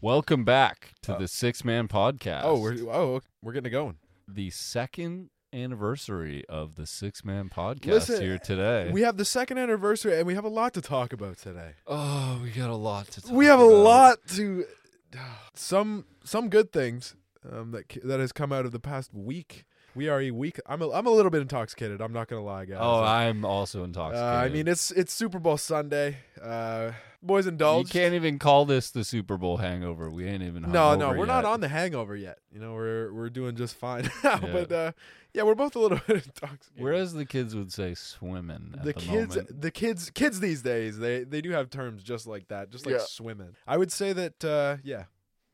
Welcome back to Uh, the Six Man Podcast. Oh, we're oh we're getting it going. the second anniversary of the Six Man Podcast Listen, here today. We have the second anniversary, and we have a lot to talk about today. oh, we got a lot to talk. we have a about. lot to some some good things um, that ca- that has come out of the past week. We are a week. I'm a, I'm a little bit intoxicated. I'm not gonna lie, guys. Oh, I'm also Uh, intoxicated. I mean it's it's Super Bowl Sunday. Uh, boys you indulge. can't even call this the Super Bowl hangover. We ain't even. No, no, hungover we're not yet. on the hangover yet. You know, we're we're doing just fine now. Yeah. But uh, yeah, we're both a little bit intoxicated. We're as the kids would say, swimming. At the, the, kids moment. the kids kids these days they they do have terms just like that just like Yeah. swimming i would say that uh yeah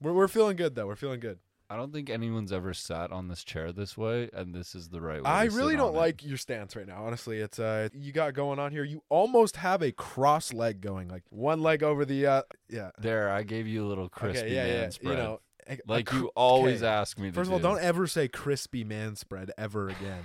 we're, we're feeling good though we're feeling good I don't think anyone's ever sat on this chair this way, and this is the right way. i to sit really on don't it. like your stance right now honestly it's uh you got going on here you almost have a cross leg going like one leg over the uh yeah There, I gave you a little crispy okay yeah man yeah spread. you know a- a like cr- you always okay. ask me to first of all do. don't ever say crispy man spread ever again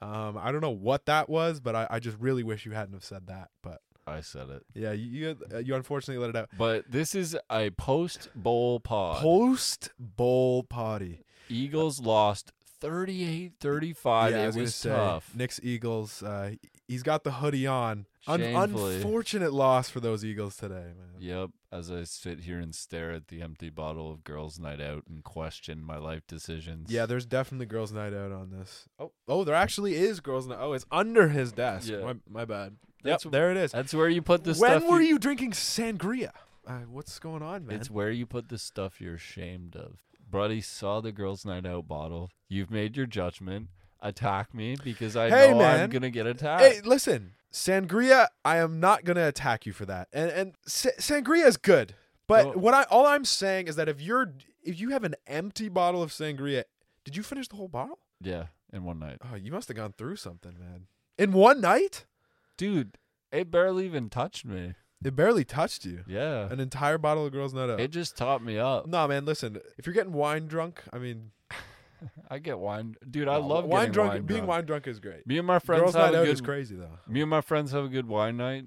um i don't know what that was but i, I just really wish you hadn't have said that but I said it. yeah you you, you unfortunately let it out But this is a post bowl pod. post bowl potty Eagles lost 38 35. I it gonna was say, tough. Knicks Eagles. Uh, he's got the hoodie on. Un- Shamefully. unfortunate loss for those Eagles today, man. Yep. As I sit here and stare at the empty bottle of Girls Night Out and question my life decisions. Yeah, there's definitely girls' night out on this. Oh, oh, there actually is girls' night. Oh, it's under his desk. Yeah. My, my bad. That's- Yep, there it is. That's where you put the when stuff. were you, drinking sangria? Uh, what's going on, man? It's where you put the stuff you're ashamed of. Buddy saw the girls' night out bottle. You've made your judgment. Attack me because I Hey, know I'm man. gonna get attacked. Hey, listen, sangria. I am not gonna attack you for that. And and sa- sangria is good, but Don't- what I all I'm saying is that if you're if you have an empty bottle of sangria, did you finish the whole bottle? Yeah, in one night, Oh, you must have gone through something, man. In one night, dude. It barely even touched me. it barely touched you. Yeah, An entire bottle of Girls Not Up. it just topped me up. Nah, man. Listen, if you're getting wine drunk, I mean, I get wine, dude. I love wine getting drunk. Wine being drunk. wine drunk is great. Me and my friends Girls have Night a Out is good. crazy though. me and my friends have a good wine night.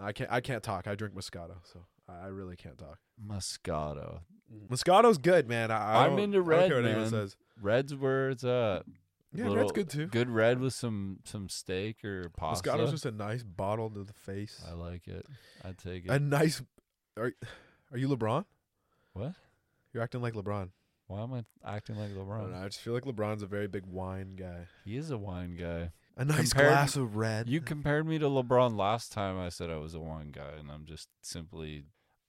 I can't. I can't talk. I drink Moscato, so I I really can't talk. Moscato. Moscato's good, man. I, I I'm don't- into I red, don't care what anyone man. says. Red's where it's at. Yeah, Little- red's good too. Good red with some some steak or pasta. Moscato's just a nice bottle to the face. I like it. I take it. A nice. Are, are you LeBron? What? You're acting like LeBron. Why am I acting like I don't LeBron? know. I just feel like LeBron's a very big wine guy. He is a wine guy. A nice Compared- glass of red. You compared me to LeBron last time I said I was a wine guy, and I'm just simply.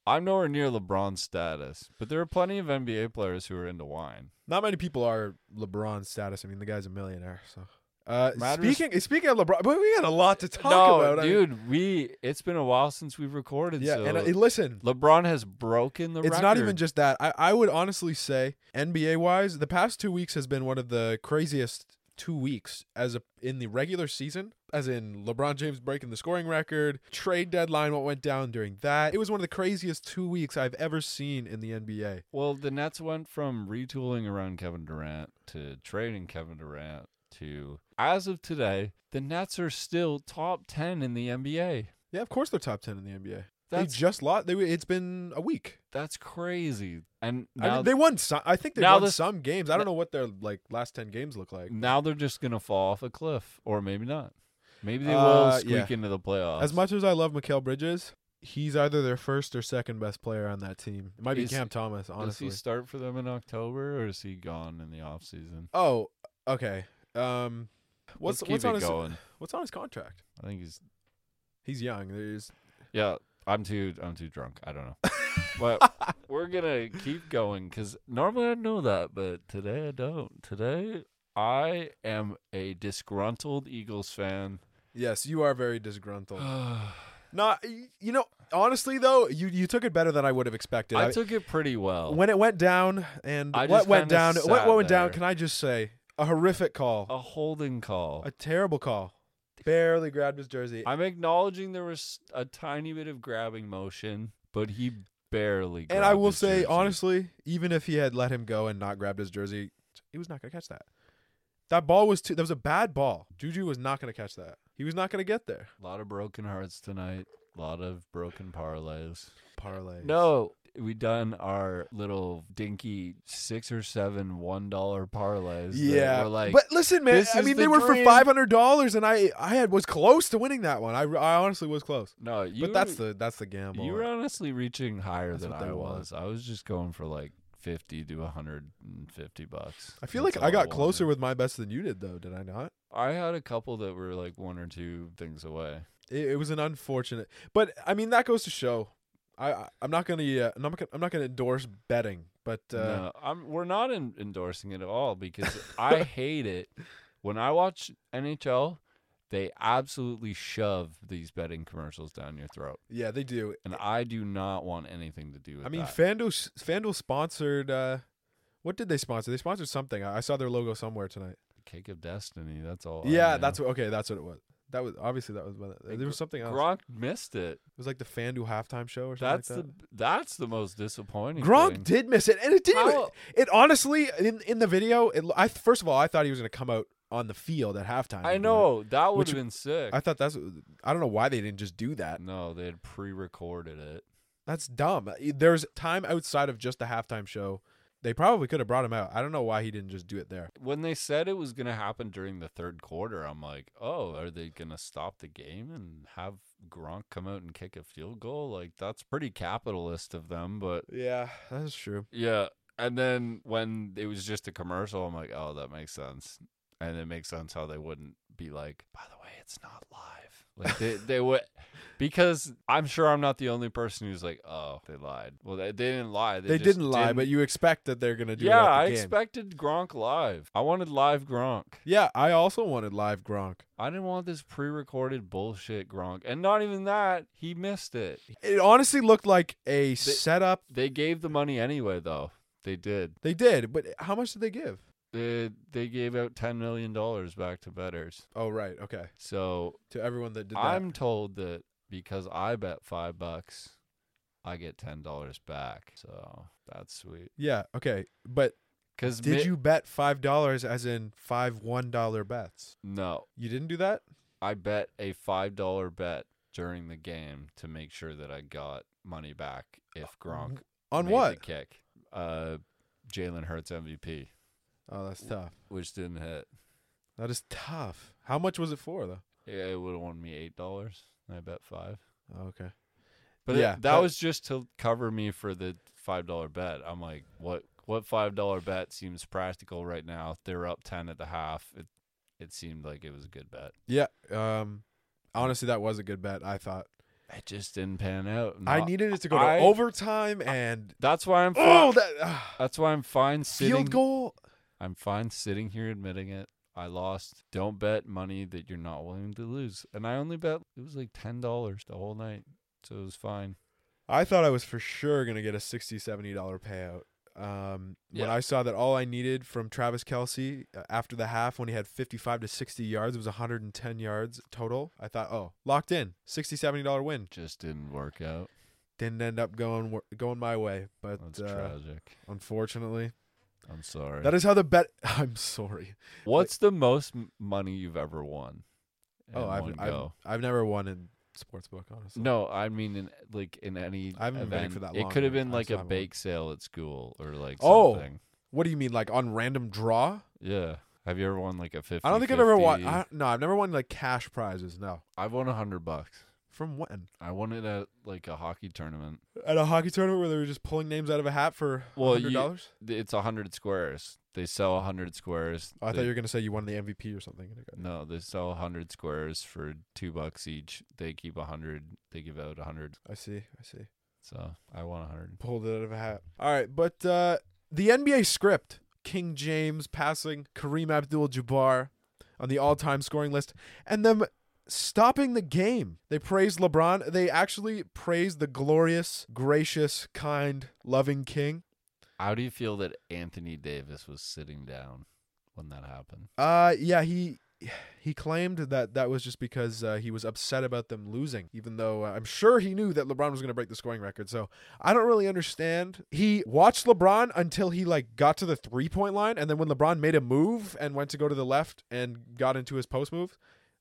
I'm nowhere near LeBron's status, but there are plenty of NBA players who are into wine. Not many people are LeBron status. I mean, the guy's a millionaire. So, uh, Matters- speaking speaking of LeBron, but we got a lot to talk no, about, I mean- dude, we it's been a while since we've recorded. yeah, so and uh, listen, LeBron has broken the it's record. not even just that. I, I would honestly say NBA wise, the past two weeks has been one of the craziest two weeks as a in the regular season. As in LeBron James breaking the scoring record, trade deadline, what went down during that. It was one of the craziest two weeks I've ever seen in the NBA. Well, the Nets went from retooling around Kevin Durant to trading Kevin Durant to as of today, the Nets are still top ten in the NBA. Yeah, of course they're top ten in the NBA. That's they just lost. They it's been a week. that's crazy. And I now mean, they won some. I think they now won this- some games. I don't know what their like last ten games look like. now they're just gonna fall off a cliff, or maybe not. Maybe they will Uh, squeak into the playoffs. As much as I love Mikael Bridges, he's either their first or second best player on that team. It might be Is- Cam Thomas, honestly. does he start for them in October, or is he gone in the off season? oh, okay. Um, what's Let's keep what's it on his going? what's on his contract? I think he's He's young. There's yeah. I'm too I'm too drunk. I don't know. but we're gonna keep going because normally I know that, but today I don't. Today I am a disgruntled Eagles fan. yes, you are very disgruntled. Not you know. Honestly, though, you you took it better than I would have expected. I I- took it pretty well. when it went down and I what just went kinda down, what, sat what went down? there. Can I just say a horrific call, a holding call. a terrible call. Barely grabbed his jersey. I'm acknowledging there was a tiny bit of grabbing motion, but he barely. And grabbed I will his say, jersey. honestly, even if he had let him go and not grabbed his jersey, he was not going to catch that. That ball was too. That was a bad ball. Juju was not going to catch that. He was not going to get there. a lot of broken hearts tonight. A lot of broken parlays. Parlay. No, we done our little dinky six or seven one dollar parlays. that Yeah, were like but listen, man. "This I is mean, the they were for dream." five hundred dollars, and I I had was close to winning that one. I, I honestly was close, no, you. but that's were- the that's the gamble. you were honestly reaching higher That's than what they I want. was. I was just going for like fifty to hundred and fifty bucks. I feel That's like all I got wanted. closer with my best than you did, though. Did I not? I had a couple that were like one or two things away. It, it was an unfortunate, but I mean that goes to show. I, I I'm not gonna uh, I'm not gonna, I'm not gonna endorse betting, but uh, no, I'm, we're not in, endorsing it at all because I hate it. When I watch NHL, they absolutely shove these betting commercials down your throat, yeah, they do. and I do not want anything to do with. Eh, I mean, that. FanDuel s- FanDuel sponsored. Uh, what did they sponsor? They sponsored something. I, I saw their logo somewhere tonight. Cake of Destiny. That's all. I yeah, know. that's what. Okay, that's what it was. That was obviously that was one of- Hey, there was something else. Gronk missed it. It was like the FanDuel halftime show or something. That's like the that's the most disappointing. that. Gronk thing. did miss it, and it didn't. Even, How- it honestly, in in the video, it, lo- I first of all, I thought he was going to come out on the field at halftime. I and do know that would Which- have been sick. that. I thought that's. I don't know why they didn't just do that. no, they had pre-recorded it. That's dumb. Uh, There's time outside of just the halftime show. They probably could have brought him out. I don't know why he didn't just do it there. When they said it was going to happen during the third quarter, I'm like, oh, are they going to stop the game and have Gronk come out and kick a field goal? Like that's pretty capitalist of them, but Yeah, that's true. yeah. And then when it was just a commercial, I'm like, oh, that makes sense. And it makes sense how they wouldn't be like, by the way, it's not live. Like they, they would, because I'm sure I'm not the only person who's like, oh, they lied. Well, they, they didn't lie. They, just didn't lie, but you expect that they're going to do. it yeah, at the I game. expected Gronk live. I wanted live Gronk. Yeah, I also wanted live Gronk. I didn't want this pre-recorded bullshit Gronk. And not even that, he missed it. It honestly looked like a setup. They gave the money anyway, though. They did. They did, but how much did they give? They, they gave out ten million dollars back to betters. Oh, right. Okay. So to everyone that did that. I'm told that because I bet five bucks, I get ten dollars back. So that's sweet. yeah, okay. But Cause did mi- you bet five dollars as in five one dollar bets? No, You didn't do that? I bet a five dollar bet during the game to make sure that I got money back if Gronk On made what? The kick. Uh, Jalen Hurts MVP, Oh, that's tough. which didn't hit. That is tough. How much was it for though? Yeah, it would have won me eight dollars. I bet five. Oh, okay. But it- Yeah, that, that- was just to cover me for the five dollar bet. I'm like, what? What five dollar bet seems practical right now? They're up ten at the half. It it seemed like it was a good bet. Yeah. Um honestly that was a good bet, I thought. It just didn't pan out. I Not- needed it to go to I- overtime and That's why I'm. Oh Fine, that ah, that's why I'm fine sitting. field goal. I'm fine sitting here admitting it. I lost. Don't bet money that you're not willing to lose. And I only bet it was like ten dollars the whole night. So it was fine. I thought I was for sure gonna get a 60 70 dollar payout. Um, when Yeah. I saw that all I needed from Travis Kelsey uh, after the half, when he had 55 to 60 yards, it was 110 yards total. I thought, oh, locked in, 60 70 dollar win. Just didn't work out. Didn't end up going wor- going my way, but That's uh, tragic. unfortunately, I'm sorry. that is how the bet. I'm sorry. What's the most m- money you've ever won? oh, in I've, one I've go? I've never won in sportsbook, honestly. no, I mean in like in any. I haven't been betting event. for that It long, could have but been I like still a haven't won. bake sale at school or like Oh. something. What do you mean, like on random draw? Yeah. Have you ever won like a fifty? I don't think I've ever won. 50? I, no, I've never won like cash prizes. No, I've won a hundred bucks. from when? I won it at like a hockey tournament. at a hockey tournament where they were just pulling names out of a hat for Well, hundred dollars. Th- It's a hundred squares. They sell a hundred squares. Oh, I thought They- you were gonna say you won the MVP or something. and it got- No, they sell a hundred squares for two bucks each. They keep a hundred. They give out a hundred. I see, I see. So I won a hundred. Pulled it out of a hat. All right, but uh, the NBA script: King James passing Kareem Abdul-Jabbar on the all-time scoring list, and them stopping the game. They praised LeBron. They actually praised the glorious, gracious, kind, loving King. How do you feel that Anthony Davis was sitting down when that happened? Uh, yeah, he he claimed that that was just because uh, he was upset about them losing, even though uh, I'm sure he knew that LeBron was going to break the scoring record. So I don't really understand. He watched LeBron until he like got to the three point line, and then when LeBron made a move and went to go to the left and got into his post move,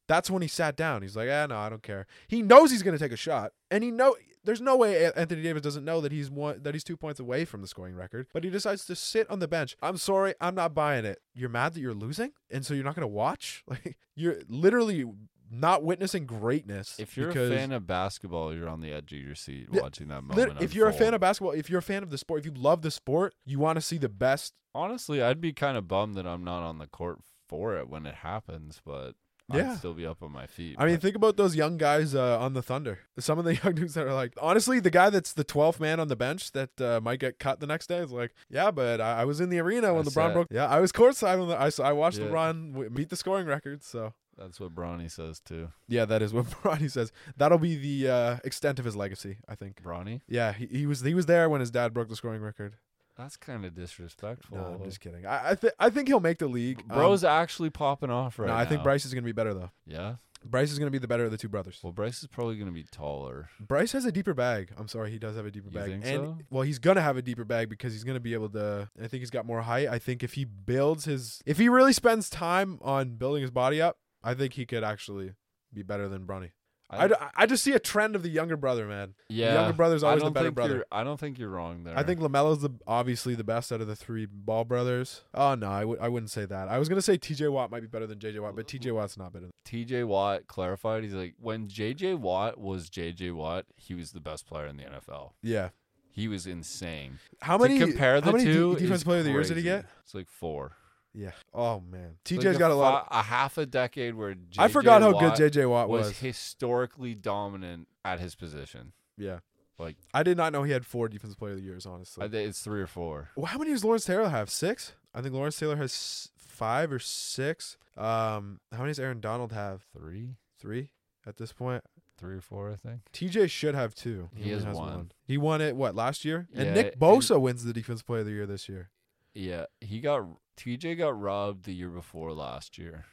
That's when he sat down. He's like, "Ah, no, I don't care." He knows he's going to take a shot, and he know there's no way A- Anthony Davis doesn't know that he's one that he's two points away from the scoring record, but he decides to sit on the bench. I'm sorry, I'm not buying it. You're mad that you're losing, and so you're not going to watch. Like you're literally not witnessing greatness. If you're because a fan of basketball, you're on the edge of your seat Yeah, watching that lit- moment. if you're a fan unfold. of basketball, if you're a fan of the sport, if you love the sport, you want to see the best honestly, I'd be kind of bummed that I'm not on the court for it when it happens, but Yeah. I'd still be up on my feet. I mean, but think about those young guys uh, on the Thunder. Some of the young dudes that are like, honestly, the guy that's the 12th man on the bench that uh, might get cut the next day is like, yeah, but I, I was in the arena when That's LeBron it. broke. Yeah, I was courtside when the- I saw, I watched Yeah. LeBron w- beat the scoring record. So that's what Bronny says too. yeah, that is what Bronny says. That'll be the uh, extent of his legacy, I think. Bronny, Yeah, he, he was he was there when his dad broke the scoring record. that's kind of disrespectful. No, I'm just kidding. I I, th- I think he'll make the league. Um, Bro's actually popping off right no, now. I think Bryce is gonna be better though. Yeah. Bryce is gonna be the better of the two brothers. Well, Bryce is probably going to be taller. Bryce has a deeper bag. I'm sorry, he does have a deeper You bag. think and so? well, he's gonna have a deeper bag because he's gonna be able to. I think he's got more height. I think if he builds his, if he really spends time on building his body up, I think he could actually be better than Bronny. I, d- I just see a trend of the younger brother, man. yeah. younger brother's I always the don't better think brother. you're- I don't think you're wrong there. I think Lamelo's the obviously the best out of the three Ball brothers. Oh no, I w- I wouldn't say that. I was gonna say T.J. Watt might be better than J.J. Watt, but T.J. Watt's not better. Than- TJ Watt clarified. He's like, when JJ Watt was JJ Watt, he was the best player in the NFL. yeah. He was insane. How many to compare how the many de- two? defense is player of the year did he crazy. get? It's like four. Yeah. Oh man, It's T.J.'s like got a lot. of- fi- a half a decade where JJ I forgot how Watt good J.J. Watt was, was. historically dominant at his position. Yeah. Like- I did not know he had four defensive player of the years, I honestly. think it's three or four. well, how many does Lawrence Taylor have? Six? I think Lawrence Taylor has s- five or six. Um, how many does Aaron Donald have? Three, Three at this point. three or four, I think. TJ should have two. He only has one. He won it what last year? And Yeah, Nick and- Bosa wins the defensive player of the year this year. Yeah, he got TJ got robbed the year before last year.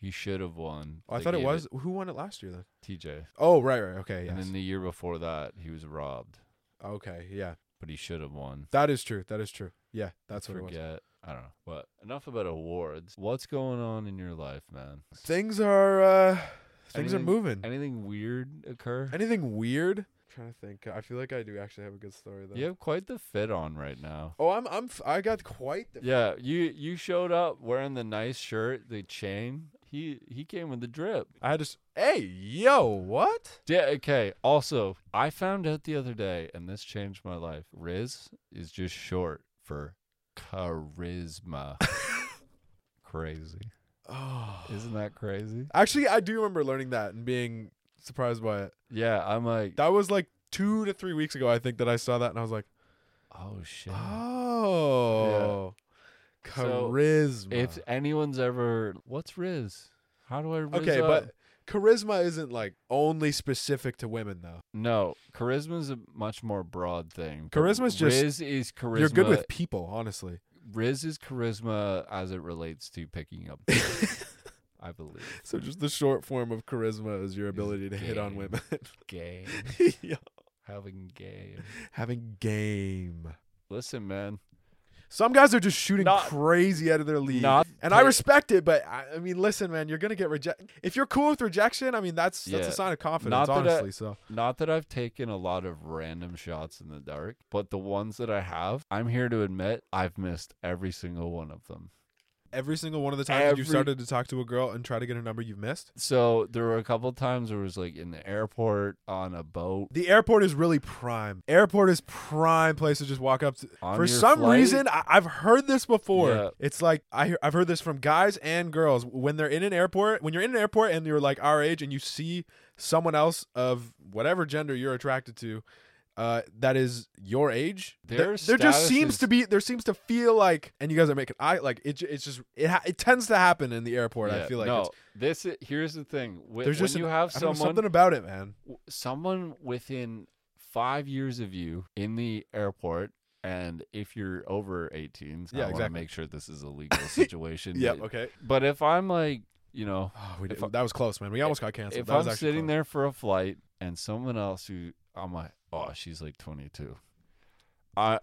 He should have won. Oh, I They thought it gave was who won it last year then? TJ, Oh, right, right. Okay, and yes. then the year before that he was robbed, okay, yeah. but he should have won. That is true. That is true. Yeah, that's what it was. Forget. I don't know. But enough about awards. What's going on in your life, man? Things are uh things are Anything- moving. Anything weird occur? Anything weird? trying to think. I feel like I do actually have a good story though. You have quite the fit on right now. Oh, I'm I'm f- I got quite the Yeah, you you showed up wearing the nice shirt, the chain. He he came with the drip. I had to. s- Hey, yo, what? Yeah, okay. Also, I found out the other day, and this changed my life. Riz is just short for charisma. crazy. Oh. Isn't that crazy? Actually, I do remember learning that and being surprised by it. Yeah, I'm like, That was like 2 to 3 weeks ago I think that I saw that and I was like, oh shit. So, "Oh." Charisma. If anyone's ever, what's Riz? How do I Riz okay, up? but charisma isn't like only specific to women though. no, charisma is a much more broad thing. but Charisma's just- Riz is charisma. You're good with people, honestly. Riz's charisma as it relates to picking up, I believe. So just the short form of charisma is your ability to hit on game. women. Game. Yeah. Having game. Having game. Listen, man. Some guys are just shooting Not- crazy out of their league. Not and I pay- respect it, but I, I mean, listen, man, you're gonna get rejected. If you're cool with rejection, I mean, that's that's Yeah. a sign of confidence, Not that uh, I- honestly. so Not that I've taken a lot of random shots in the dark, but the ones that I have, I'm here to admit I've missed every single one of them. every single one of the times that Every- you've started to talk to a girl and try to get her number, you've missed. So there were a couple times where it was like in the airport, on a boat. The airport is really prime. Airport is prime place to just walk up to. On For your some flight? reason, I, I've heard this before. Yeah. It's like I, hear- I've heard this from guys and girls when they're in an airport. When you're in an airport and you're like our age and you see someone else of whatever gender you're attracted to, uh, that is your age. Their there, there just status seems is- to be there seems to feel like, and you guys are making eye like it. ju- It's just it. ha- It tends to happen in the airport. I Yeah, feel like no. it's, This i- here's the thing. Wh- When, there's just an- you have I don't know, someone, something about it, man. w- someone within five years of you in the airport, and if you're over 18, so Yeah, I want to exactly. make sure this is a legal situation. Yeah. but- Okay. But if I'm like, you know, Oh, we If did, that was close, man. We almost got canceled. if that was I'm actually sitting close. there for a flight and someone else who I'm like, oh, she's like 22. I,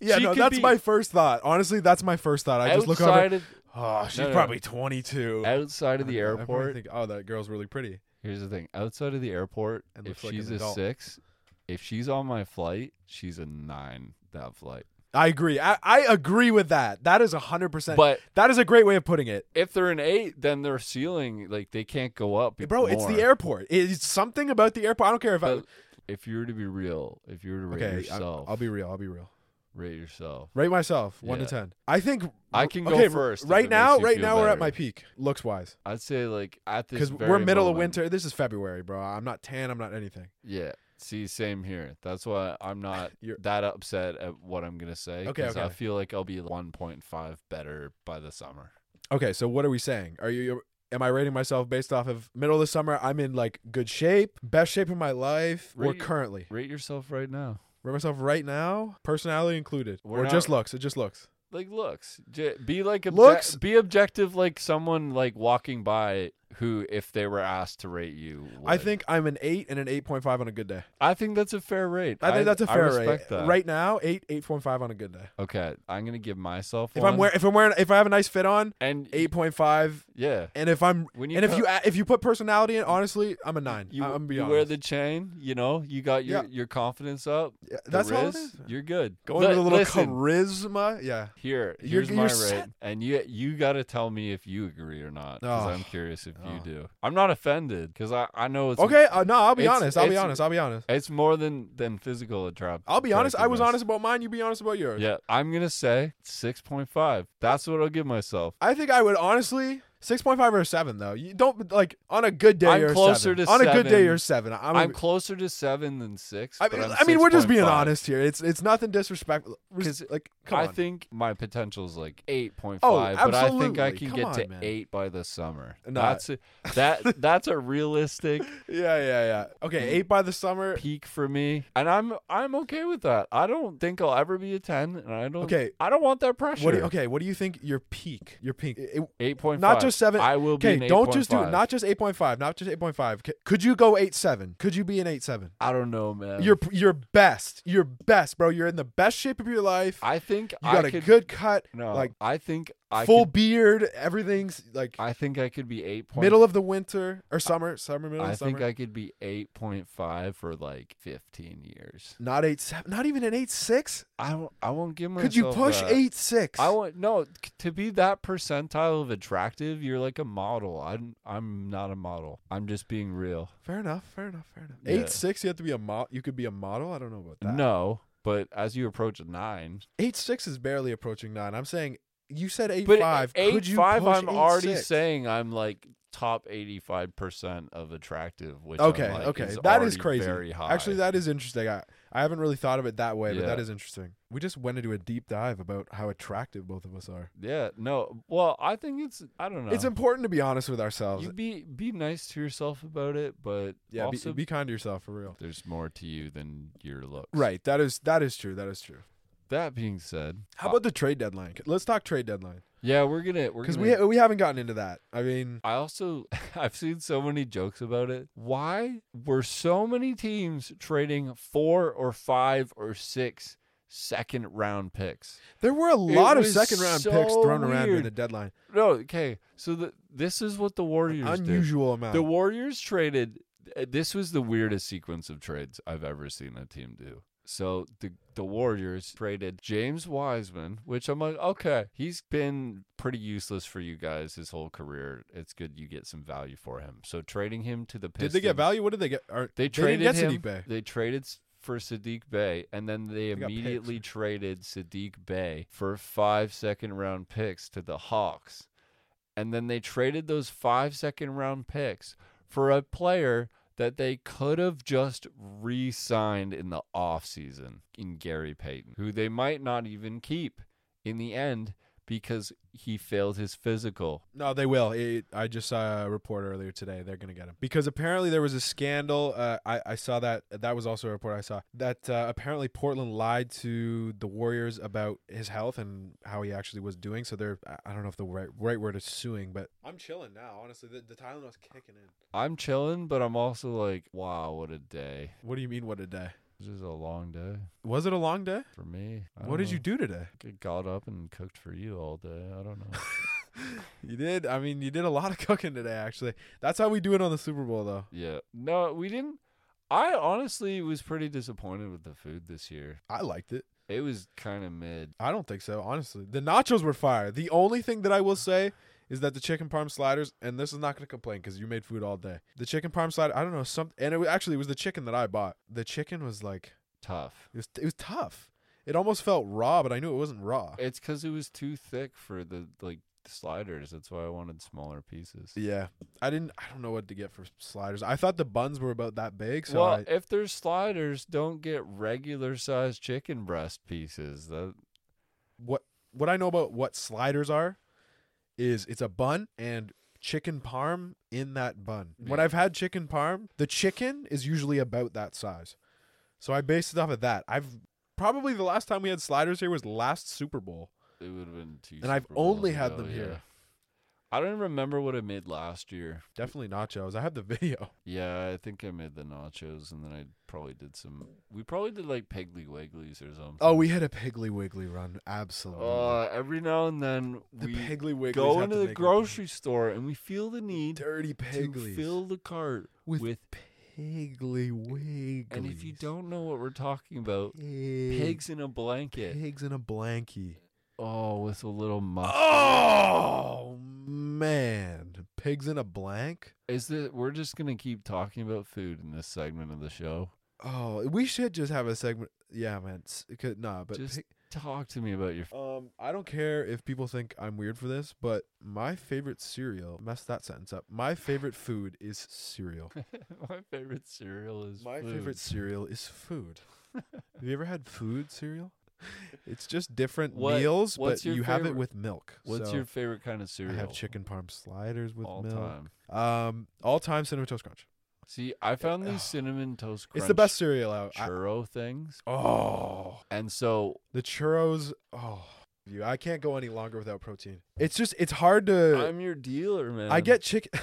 Yeah, She no, could that's be- my first thought. Honestly, that's my first thought. I just look over. outside of, Oh, she's No, no. probably 22. outside of the I- I probably airport. think, oh, that girl's really pretty. Here's the thing: outside of the airport, And if looks like an she's a adult. six, if she's on my flight, she's a nine. That flight, I agree. I, I agree with that. That is 100%. but that is a great way of putting it. if they're an eight, then their ceiling like they can't go up. Bro, it's the more. airport. It's something about the airport. I don't care if But if you were to be real, if you were to I. rate Okay, I- yourself, I'll be real. I'll be real. rate yourself. Rate myself, 1 Yeah. to 10. I think. I can go okay, r- first. if Right it now, makes you right feel now, we're at better. my peak, looks wise. I'd say like at this Because we're very middle of moment- winter. This is February, bro. I'm not tan. I'm not anything. Yeah. See, same here. That's why I'm not You're- that upset at what I'm gonna say. Okay, 'cause I okay. feel like I'll be 1.5 better by the summer. Okay, so what are we saying? Are you? you- Am I rating myself based off of middle of the summer? I'm in like good shape, best shape of my life, or Rate- currently. Rate yourself right now. Rate myself right now, personality included, We're or not- just looks. It just looks. Like looks. J- be like obje- Looks- Be objective, like someone like walking by who, if they were asked to rate you, I would. think I'm an eight and an eight point five on a good day. I think that's a fair rate. I think that's a fair rate. respect that. Right now, eight eight point five on a good day. Okay, I'm gonna give myself. If one, I'm wearing, if I'm wearing, if I have a nice fit on, and eight point five. yeah, And if I'm, when you and if co- you a- if you put personality in, honestly, I'm a nine. you, I- I'm gonna be you honest. wear the chain, you know, you got your, Yeah. your confidence up. Yeah, the that's all it wrist, is. You're good. Going Li- with a little listen, charisma. Yeah. Here, You're- here's you're my rate, set. and you you got to tell me if you agree or not, because Oh. I'm curious if you Oh. do. I'm not offended because I I know it's Okay. Uh, no, I'll be it's- honest. I'll be it's- honest. I'll be honest. It's more than than physical attract. I'll be honest. I was attractiveness. honest about mine. You be honest about yours. Yeah, I'm gonna say six point five. That's what I'll give myself. I think I would honestly six point five or seven though. You don't like on a good day. I'm you're a closer seven. to on a good day. seven. You're seven. I'm. I'm, a- closer to seven than six. I but mean, I'm I mean, we're just being 6.5. honest here. It's it's nothing disrespectful. Res- 'Cause Like, come I on. think my potential is like 8.5, Oh, but I think I absolutely. can Come get on, to man. 8 by the summer. No, I- that's a, that that's a realistic yeah, yeah, yeah. Okay, eight by the summer. Mm. peak for me, and I'm I'm okay with that. I don't think I'll ever be a 10, and I don't Okay. I don't want that pressure. What do you, okay, what do you think your peak? Your peak. It- 8.5. not just seven. I will be okay, an don't just do 8.5. not just eight point five, not just eight point five. Could you go eight seven? Could you be an eight seven? I don't know, man. You're your best, your best, bro. You're in the best shape of your life. I think you got I a could good cut, no. like, I think I full could, beard. Everything's like I think I could be 8. middle of the winter or summer, summer middle I of summer. think I could be 8.5 for like 15 years. not eight seven, not even an eight six. I won't, I won't give myself Could you push that. eight six? I want no c- to be that percentile of attractive. You're like a model. I'm I'm not a model. I'm just being real. fair enough, fair enough, fair enough. Yeah. Eight six, you have to be a model. You could be a model. I don't know about that. No, but as you approach nine, eight six is barely approaching nine. I'm saying you said eight but five. eight could you five, push I'm already 8.6? saying I'm like top eighty five percent of attractive. Which I'm Okay, like, okay, is that is already crazy. Very high. Actually, that is interesting. I I haven't really thought of it that way, but that Yeah. is interesting. We just went into a deep dive about how attractive both of us are. yeah. No. Well, I think it's. I don't know. It's important to be honest with ourselves. You be be nice to yourself about it, but yeah, be- also be, kind to yourself for real. there's more to you than your looks. Right. That is that is true. That is true. That being said, How uh, about the trade deadline? Let's talk trade deadline yeah, we're gonna we're because gonna we we haven't gotten into that. I mean, I also I've seen so many jokes about it. Why were so many teams trading four or five or six second round picks? there were a lot of was second round so picks thrown around during weird. the deadline. No, okay. So the, this is what the Warriors did. Unusual amount. The Warriors traded. uh, This was the weirdest sequence of trades I've ever seen a team do. So the the Warriors traded James Wiseman, which I'm like, okay, he's been pretty useless for you guys his whole career. It's good you get some value for him. So trading him to the did Pistons. they get value? What did they get? Or, They didn't traded get him. Sadiq Bey. They traded s- for Sadiq Bay, and then they, got picks. immediately traded Sadiq Bay for five second round picks to the Hawks, and then they traded those five second round picks for a player that they could have just re-signed in the offseason in Gary Payton, who they might not even keep in the end because he failed his physical. No, they will. It, I just saw a report earlier today. They're going to get him because apparently there was a scandal. Uh, I, I saw that. That was also a report I saw that uh, apparently Portland lied to the Warriors about his health and how he actually was doing. So they're I- I don't know if the right, right word is suing, but I'm chilling now. Honestly, the, the Tylenol's kicking in. I'm chilling, but I'm also like, wow, what a day. What do you mean? What a day! This is a long day Was it a long day? for me. I What don't did you know. do today? I got up and cooked for you all day. I don't know. You did. I mean, you did a lot of cooking today, actually. That's how we do it on the Super Bowl, though. yeah. No, we didn't. I honestly was pretty disappointed with the food this year. I liked it. It was kind of mid. I don't think so, honestly. The nachos were fire. The only thing that I will say is that the chicken parm sliders, and this is not going to complain because you made food all day. The chicken parm slider, I don't know some, and it was, actually it was the chicken that I bought. The chicken was like tough. it was it was tough. It almost felt raw, but I knew it wasn't raw. It's because it was too thick for the like sliders. That's why I wanted smaller pieces. Yeah, I didn't. I don't know what to get for sliders. I thought the buns were about that big, so well, I, if there's sliders, don't get regular sized chicken breast pieces. That what what I know about what sliders are is it's a bun and chicken parm in that bun. When Yeah. I've had chicken parm, the chicken is usually about that size. So I based it off of that. I've probably the last time we had sliders here was last Super Bowl. it would have been too. And I've Super Bowls only had ago, them yeah. here. I don't even remember what I made last year. Definitely nachos. I have the video. Yeah, I think I made the nachos, and then I probably did some. We probably did like Piggly Wigglies or something. Oh, we had a Piggly Wiggly run. Absolutely. Uh, every now and then the we Piggly Wiggly. go into the grocery store and we feel the need Dirty to Piggly. fill the cart with, with Piggly Wiggly. And if you don't know what we're talking about, pigs, pigs in a blanket. pigs in a blankie. Oh, with a little muff. Oh man, pigs in a blank. Is it? We're just gonna keep talking about food in this segment of the show. Oh, we should just have a segment. Yeah, man. s- it Could, nah, but Just- pig- Talk to me about your. F- um, I don't care if people think I'm weird for this, but my favorite cereal. Messed that sentence up. My favorite food is cereal. My favorite cereal is. My food. favorite cereal is food. have you ever had food cereal? It's just different What- meals, what's but your you have it favorite- with milk. What's So your favorite kind of cereal? I have chicken parm sliders with all milk. time. Um, all time cinnamon toast crunch. See, I found oh. these cinnamon toast. Crunch It's the best cereal out. I- churro things, Oh, and so the churros. Oh, you. I can't go any longer without protein. It's just it's hard to. I'm your dealer, man. I get chicken.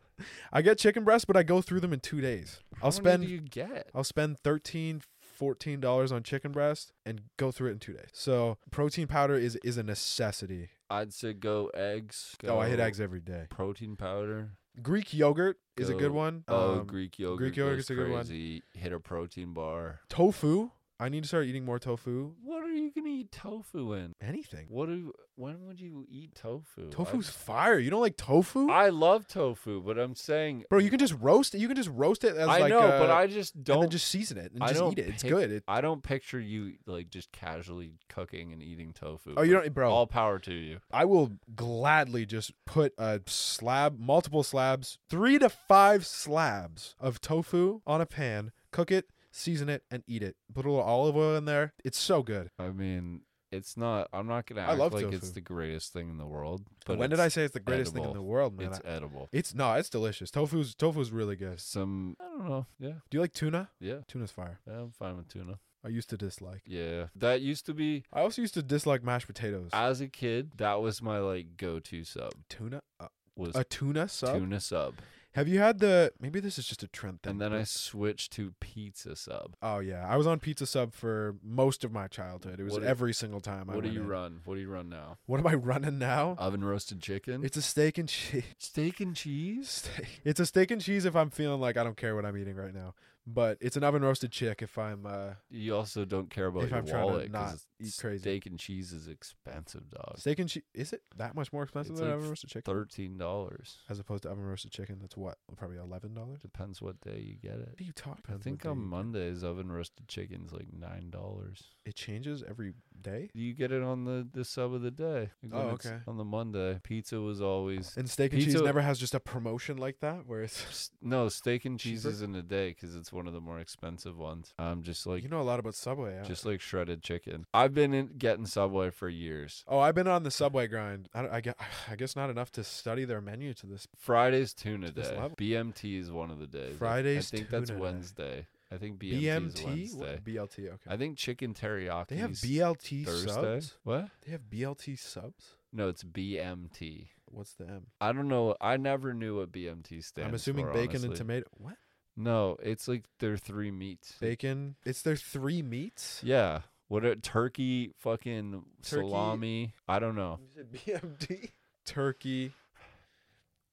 I get chicken breasts, but I go through them in two days. How many I'll spend. Do you get? I'll spend thirteen. Fourteen dollars on chicken breast and go through it in two days. So protein powder is is a necessity. I'd say go eggs. Go oh, I hit eggs every day. Protein powder. Greek yogurt is a good Go- one. Oh, Um, Greek yogurt. Greek yogurt's goes a good one. crazy. Hit a protein bar. tofu. I need to start eating more tofu. What are you gonna eat tofu in? Anything. What do? When would you eat tofu? I- Tofu's fire. You don't like tofu? I love tofu, but I'm saying, Bro, you can just roast it. You can just roast it as I like know, but uh, I just and don't. then just season it and I just don't eat it. It's pick- good. It, I don't picture you like just casually cooking and eating tofu. oh, you but don't, bro. All power to you. I will gladly just put a slab, multiple slabs, three to five slabs of tofu on a pan, cook it, season it, and eat it. Put a little olive oil in there. It's so good. I mean, it's not. I'm not gonna I act love like it's tofu. the greatest thing in the world. But when did I it's- say it's the greatest thing in the edible. world, man? I- It's edible. it's no, it's delicious. Tofu's tofu's really good. Some. I don't know. Yeah. Do you like tuna? Yeah. Tuna's fire. yeah I'm fine with tuna. I used to dislike. Yeah. That used to be I also used to dislike mashed potatoes. as a kid. That was my like go-to sub. tuna, uh, Was a tuna sub. tuna sub. Have you had the? Maybe this is just a trend thing. And then but- I switched to pizza sub. Oh yeah, I was on pizza sub for most of my childhood. It was What do- every single time. I What do went you in. run? What do you run now? What am I running now? Oven roasted chicken? It's a steak and cheese. steak and cheese? Steak. It's a steak and cheese if I'm feeling like I don't care what I'm eating right now. But it's an oven roasted chick if I'm. uh You also don't care about If your I'm trying to wallet not because eat crazy. steak and cheese is expensive, dog. Steak and cheese is it that much more Oh. expensive It's than like oven roasted chicken? Thirteen dollars. As opposed to oven roasted chicken, that's what probably eleven dollars. Depends what day you get What it. are you talking? I about? think What on do you- Mondays oven roasted chicken's like nine dollars. It changes every day. You get it on the, the sub of the day. Like, when Oh, it's okay. On the Monday. Pizza was always And steak and cheese Pizza- never has just a promotion like that where it's. S- No, steak and cheese Cheaper? is in a day because it's one of the more expensive ones. Um, just like you know a lot about Subway. huh? just like shredded chicken. I've been in, getting Subway for years. Oh, I've been on the Subway grind. I, don't- I guess, I guess not enough to study their menu to this. Friday's tuna this day. level. BMT is one of the days. I- Friday's I think that's tuna day. Wednesday. I think BMT, is BMT? Wednesday. What- BLT, okay. I think chicken teriyaki. They have BLT Thursday. subs? What? They have BLT subs? No, it's BMT. What's the M? I don't know. I never knew what BMT stands. am assuming for, bacon honestly. and tomato. What? No, it's like their three meats. Bacon. It's their three meats. Yeah. What a turkey, fucking Turkey- salami. I don't know. BMD. Turkey.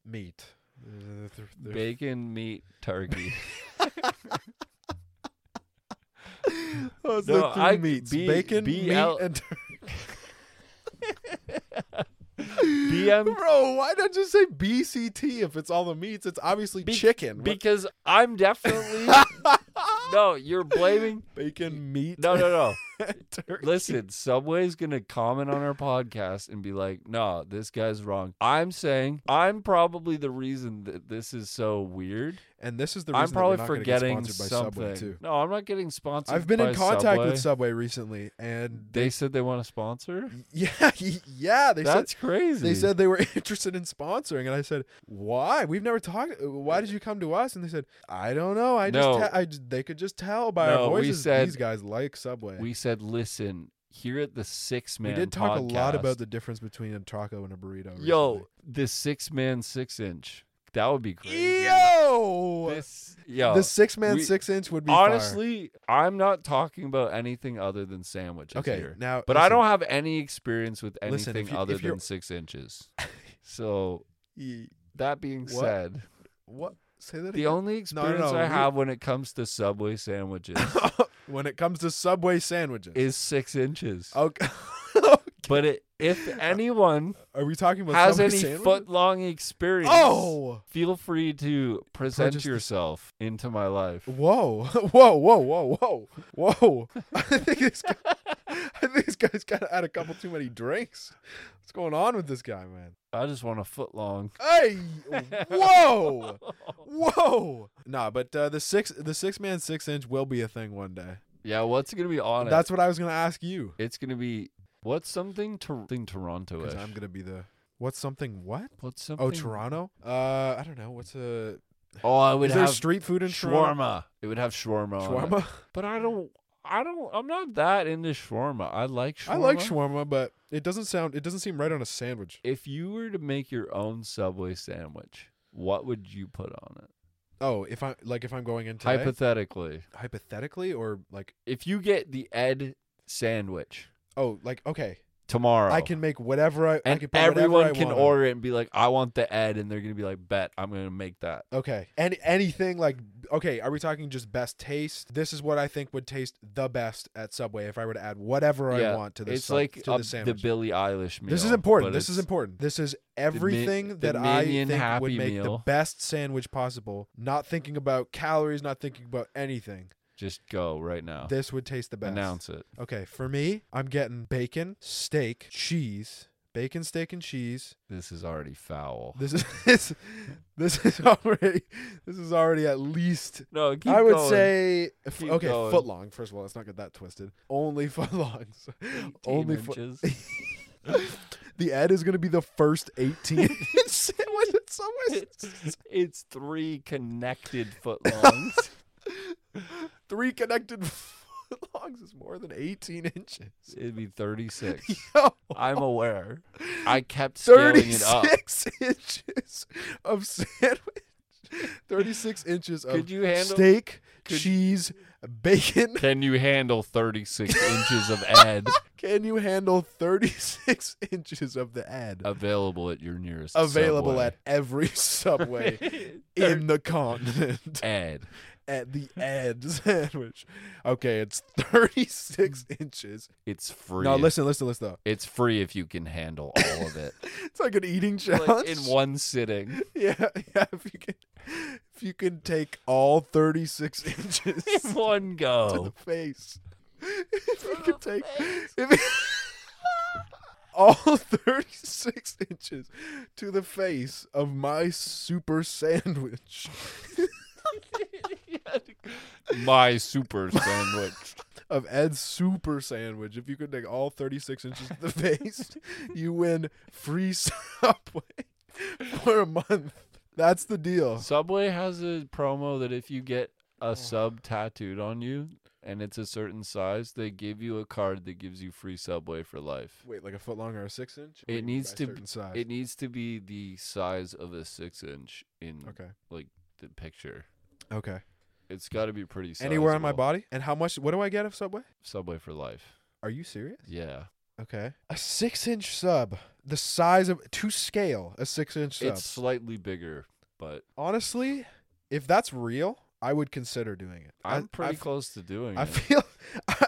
Meat. They're- they're- they're- Bacon, meat, turkey. Oh, it's No, the three I- meats: B- bacon, BL meat, and turkey. BM Bro, why not just say BCT if it's all the meats? It's obviously Be- chicken. What- because I'm definitely No, you're blaming bacon, meat, No, no, no. and turkey. Listen, Subway's going to comment on our podcast and be like, "No, this guy's wrong." I'm saying I'm probably the reason that this is so weird. And this is the reason I'm that probably we're not gonna get forgetting sponsored by something. Subway too. No, I'm not getting sponsored. I've been by in contact Subway. with Subway recently, and They said they want to sponsor. yeah, yeah, they said That's crazy. they said they were interested in sponsoring, and I said, "Why? We've never talked. Why did you come to us?" And they said, "I don't know. I just, No. te- I j- they could just tell by No, our we voices said- these guys like Subway." we said, listen, here at the six We man, did talk a lot about podcast, the difference between a taco and a burrito. yo, the six man six inch. That would be crazy. recently. yo, This, yo, the six man we- six inch would be fire. honestly, I'm not talking about anything other than sandwiches okay. here. Now, But I listen, don't have any experience with Listen, anything if you- other if you're- than six inches. so e- that being What? said, What? Say that the again. only experience no, I we- have when it comes to Subway sandwiches when it comes to Subway sandwiches. is six inches. okay. But it, if anyone Are we talking about has Subway any sandwiches? foot long experience, Oh. feel free to present Purchase the- yourself into my life. Whoa! Whoa! Whoa! Whoa! Whoa! Whoa! I think this guy, I think this guy's kind of had a couple too many drinks. What's going on with this guy, man? I just want a foot long. Hey! Whoa! Whoa! Nah, but uh, the six the six man six inch will be a thing one day. Yeah, what's gonna be on That's what I was gonna ask you. it? It's gonna be what's something to thing Toronto Because ish. I'm gonna be the what's something what? What's something? Oh, Toronto. Uh, I don't know. What's a Oh, I would is there have street food in Toronto? shawarma. It would have shawarma. on it. Shawarma. But I don't. I don't. I'm not that into shawarma. I like shawarma. I like shawarma, but it doesn't sound. It doesn't seem right on a sandwich. If you were to make your own Subway sandwich, what would you put on it? Oh, if I like if I'm going into Hypothetically, hypothetically or like if you get the Ed sandwich oh like okay tomorrow, i can make whatever i, I and can put whatever I everyone can want on. order it and be like, "I want the Ed," and they're gonna be like, "Bet I'm gonna make that." okay and anything like okay are we talking just best taste this is what i think would taste the best at subway if i were to add whatever i Yeah, want to this It's like to a- the the sandwich Billie Eilish meal. this is important but this is it's- important this is everything the that i Minion think would Happy make the Meal. best sandwich possible not thinking about calories not thinking about anything Just go right now. this would taste the best Oh. Announce it. okay for me i'm getting bacon steak cheese bacon steak and cheese This is already foul. This is this, this is already this is already at least No, keep I would going. say f- Keep okay going. foot long. First of all, let's not get that twisted. Only foot longs. 18 only foot. inches. the ad is gonna be the first eighteen sandwich at Subway. it's, it's three connected footlongs. Three connected foot longs is more than eighteen inches. It'd be 36. Yo, I'm aware. I kept scaling it up. thirty-six inches of sandwich. Thirty-six inches of Could you handle? steak, could- cheese, bacon. can you handle 36 inches of ad Can you handle 36 inches of the ad available at your nearest? available Subway? at every subway Thir- in the continent ad. at the ad sandwich? Okay, it's 36 Mm. inches. It's free. No, if- listen, listen, listen though. It's free if you can handle all of it It's like an eating challenge. like, in one sitting. yeah, yeah. If you can, if you can take all 36 inches In to one the go. face, if you To can the take face. If- all 36 inches to the face of my super sandwich. My super sandwich. Of Ed's super sandwich. If you could take all 36 inches to the face, you win free Subway for a month. That's the deal. Subway has a promo that if you get a sub tattooed on you and it's a certain size, they give you a card that gives you free Subway for life. Wait, like a foot long or a six inch? It Wait, needs by to certain size. It needs to be the size of a six inch in okay. the picture. Okay. It's got to be pretty. Sizable. anywhere on my body. And how much? What do I get of Subway? Subway for life. Are you serious? Yeah, Okay. A six-inch sub, the size of to scale, a six-inch sub. it's slightly bigger, but Honestly, if that's real, I would consider doing it. I- I'm pretty I f- close to doing I it. feel. I,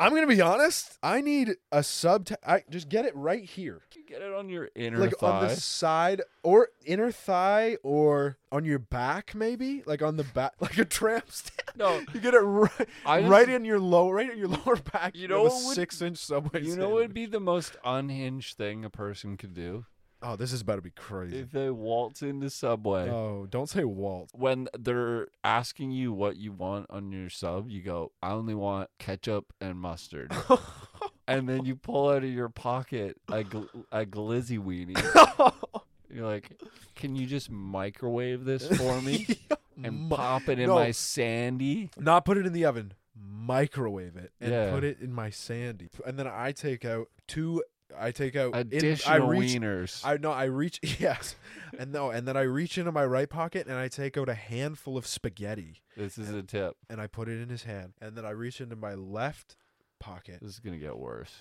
I'm gonna be honest. I need a sub. ta- I just get it right here, You get it on your inner like thigh. on the side or inner thigh or on your back, maybe like on the back, like a tramp stamp. No, You get it right, I just- right in your low, right in your lower back. You have know a what would- six-inch subway. You know what would sandwich. be the most unhinged thing a person could do? Oh, this is about to be crazy. If they waltz into Subway. Oh, don't say Walt. When they're asking you what you want on your sub, you go, I only want ketchup and mustard. and then you pull out of your pocket a, gl- a glizzy weenie. You're like, can you just microwave this for me and Mi- pop it in no. my sandy? Not put it in the oven. Microwave it and Yeah. put it in my sandy. And then I take out two. I take out in- I Additional reach. wieners. I no. I reach. Yes. And no. And then I reach into my right pocket and I take out a handful of spaghetti this is a tip. and I put it in his hand. And then I reach into my left pocket This is going to get worse.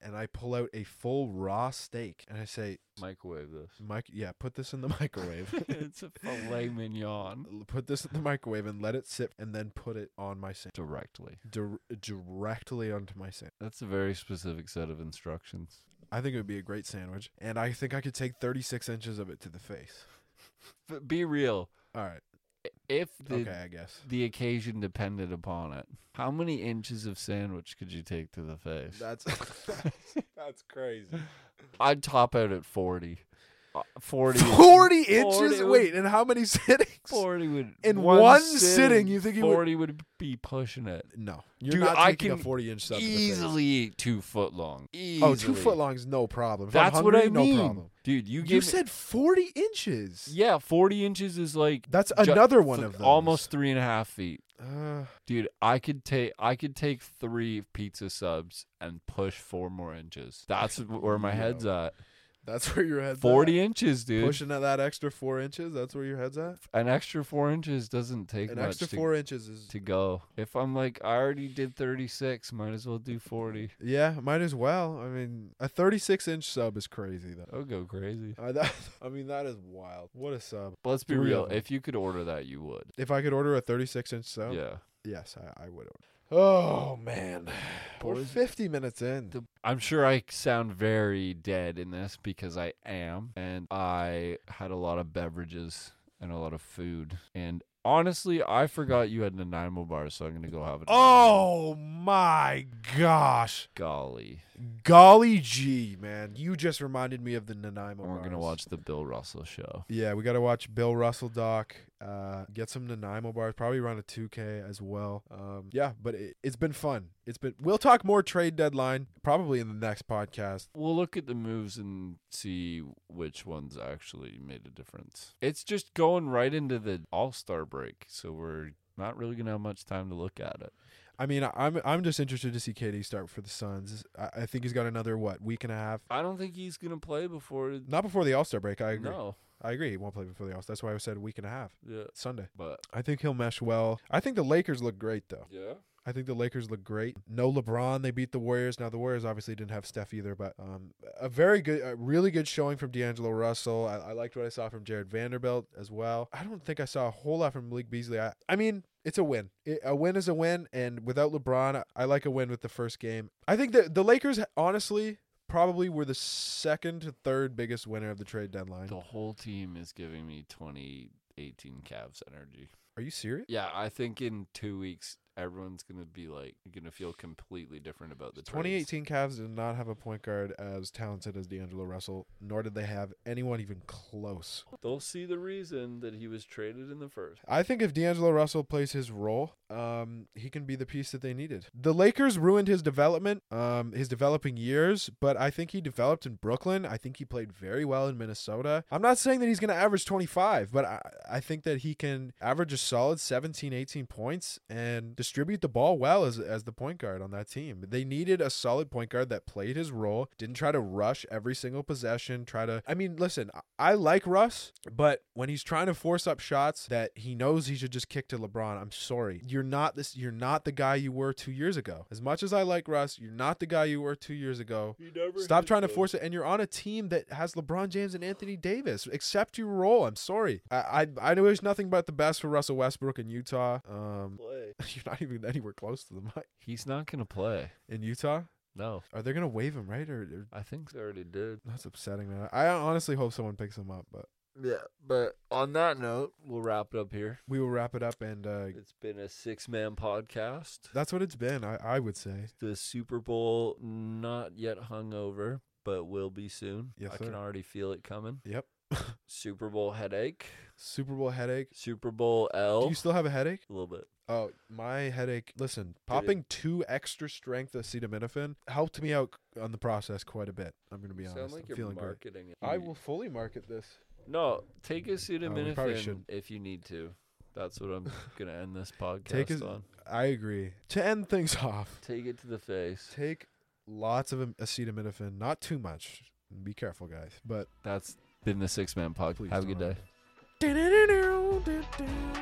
and I pull out a full raw steak and I say, Microwave this. "Mike, yeah, put this in the microwave." it's a filet mignon. L- put this in the microwave and let it sit and then put it on my sand Directly. dir- directly onto my sand That's a very specific set of instructions. i think it would be a great sandwich and i think i could take 36 inches of it to the face But be real. all right If the okay i guess the occasion depended upon it, how many inches of sandwich could you take to the face? that's that's crazy I'd top out at 40. Uh, 40 40, is- inches 40 would- wait and how many sittings 40 would in one, sitting you think you would 40 would be pushing it. no you're Dude, not I taking can a 40 inch sub to the face. Easily eat 2 foot long. Easily. oh two foot longs no problem if That's I'm what I hungry, mean. no problem Dude, you you give me- said 40 inches Yeah, 40 inches is like that's ju- another one f- of those Almost three and a half feet. uh, Dude, I could take I could take three pizza subs and push four more inches. That's where my Yo. head's at. That's where your head's at. Forty inches, dude. Pushing at that extra four inches. That's where your head's at. An extra four inches doesn't take An much extra to, four inches is. to go. If I'm like I already did thirty six, might as well do forty. yeah, might as well. I mean, a 36 inch sub is crazy though. I'll go crazy. Uh, that, I mean, that is wild. What a sub! Let's be Three real. of 'em. If you could order that, you would. If I could order a 36 inch sub, Yeah. yes, I, I would. Order. Oh man, we're Boys- 50 minutes in. The- I'm sure I sound very dead in this because I am, and I had a lot of beverages and a lot of food. And honestly, I forgot you had an Nanaimo bar, so I'm gonna go have it. Oh my gosh, golly! golly gee, man! You just reminded me of the Nanaimo. And we're gonna bars. watch the Bill Russell show. Yeah, we got to watch Bill Russell doc. Uh, get some Nanaimo bars, probably around a 2K as well. Um, yeah, but it, it's been fun. It's been. We'll talk more trade deadline probably in the next podcast. We'll look at the moves and see which ones actually made a difference. It's just going right into the All Star break, so we're not really gonna have much time to look at it. I mean, I- I'm I'm just interested to see KD start for the Suns. I, I think he's got another what week and a half. I don't think he's gonna play before. Not before the All Star break. I agree. No, I agree. He won't play before the All. That's why I said week and a half. yeah, Sunday. but I think he'll mesh well. I think the Lakers look great though. yeah. I think the Lakers look great. No LeBron, they beat the Warriors. Now the Warriors obviously didn't have Steph either, but um, a very good, a really good showing from D'Angelo Russell. I, I liked what I saw from Jared Vanderbilt as well. I don't think I saw a whole lot from Malik Beasley. I, I mean, it's a win. It- a win is a win, and without LeBron, I, I like a win with the first game. I think that the Lakers, honestly, probably were the second to third biggest winner of the trade deadline. The whole team is giving me 2018 Cavs energy. Are you serious? Yeah, I think in two weeks everyone's gonna be like gonna feel completely different about the trades. 2018 Cavs did not have a point guard as talented as D'Angelo Russell, nor did they have anyone even close. They'll see the reason that he was traded in the first. I think if D'Angelo Russell plays his role, um, he can be the piece that they needed. The Lakers ruined his development, um, his developing years, but I think he developed in Brooklyn. I think he played very well in Minnesota. I'm not saying that he's going to average 25, but I, I think that he can average a solid 17, 18 points, and distribute the ball well as as the point guard on that team. They needed a solid point guard that played his role, didn't try to rush every single possession, try to I mean, listen, I- I like Russ, but when he's trying to force up shots that he knows he should just kick to LeBron, I'm sorry. You're not this you're not the guy you were 2 years ago. As much as I like Russ, you're not the guy you were 2 years ago. Stop trying to force it. And you're on a team that has LeBron James and Anthony Davis. Accept your role. I'm sorry. I I, I wish nothing but the best for Russell Westbrook in Utah. Um, Play. you're not even anywhere close to them He's not gonna play. in Utah. No, Are they gonna waive him right? Or, or I think they already did. that's upsetting, man. I honestly hope someone picks him up, but Yeah, but on that note, we'll wrap it up here. we will wrap it up. And uh, It's been a six-man podcast. that's what it's been. I, I would say. The Super Bowl not yet hungover, but will be soon. Yes, I sir. can already feel it coming. Yep. Super Bowl headache. Super Bowl headache. Super Bowl L. Do you still have a headache? a little bit. Oh, my headache. Listen, popping two extra strength acetaminophen helped me out on the process quite a bit. I'm gonna be sound honest. like I'm you're feeling great. marketing it. I will fully market this. No, take a we probably pseudominophen shouldn't. if you need to. That's what I'm gonna end this podcast Take a- on. I agree. To end things off, Take it to the face. take lots of am- acetaminophen, not too much. Be careful, guys. But That's been the six man pod. Please Have a good don't. day. Dun-dun-dun-dun, dun-dun.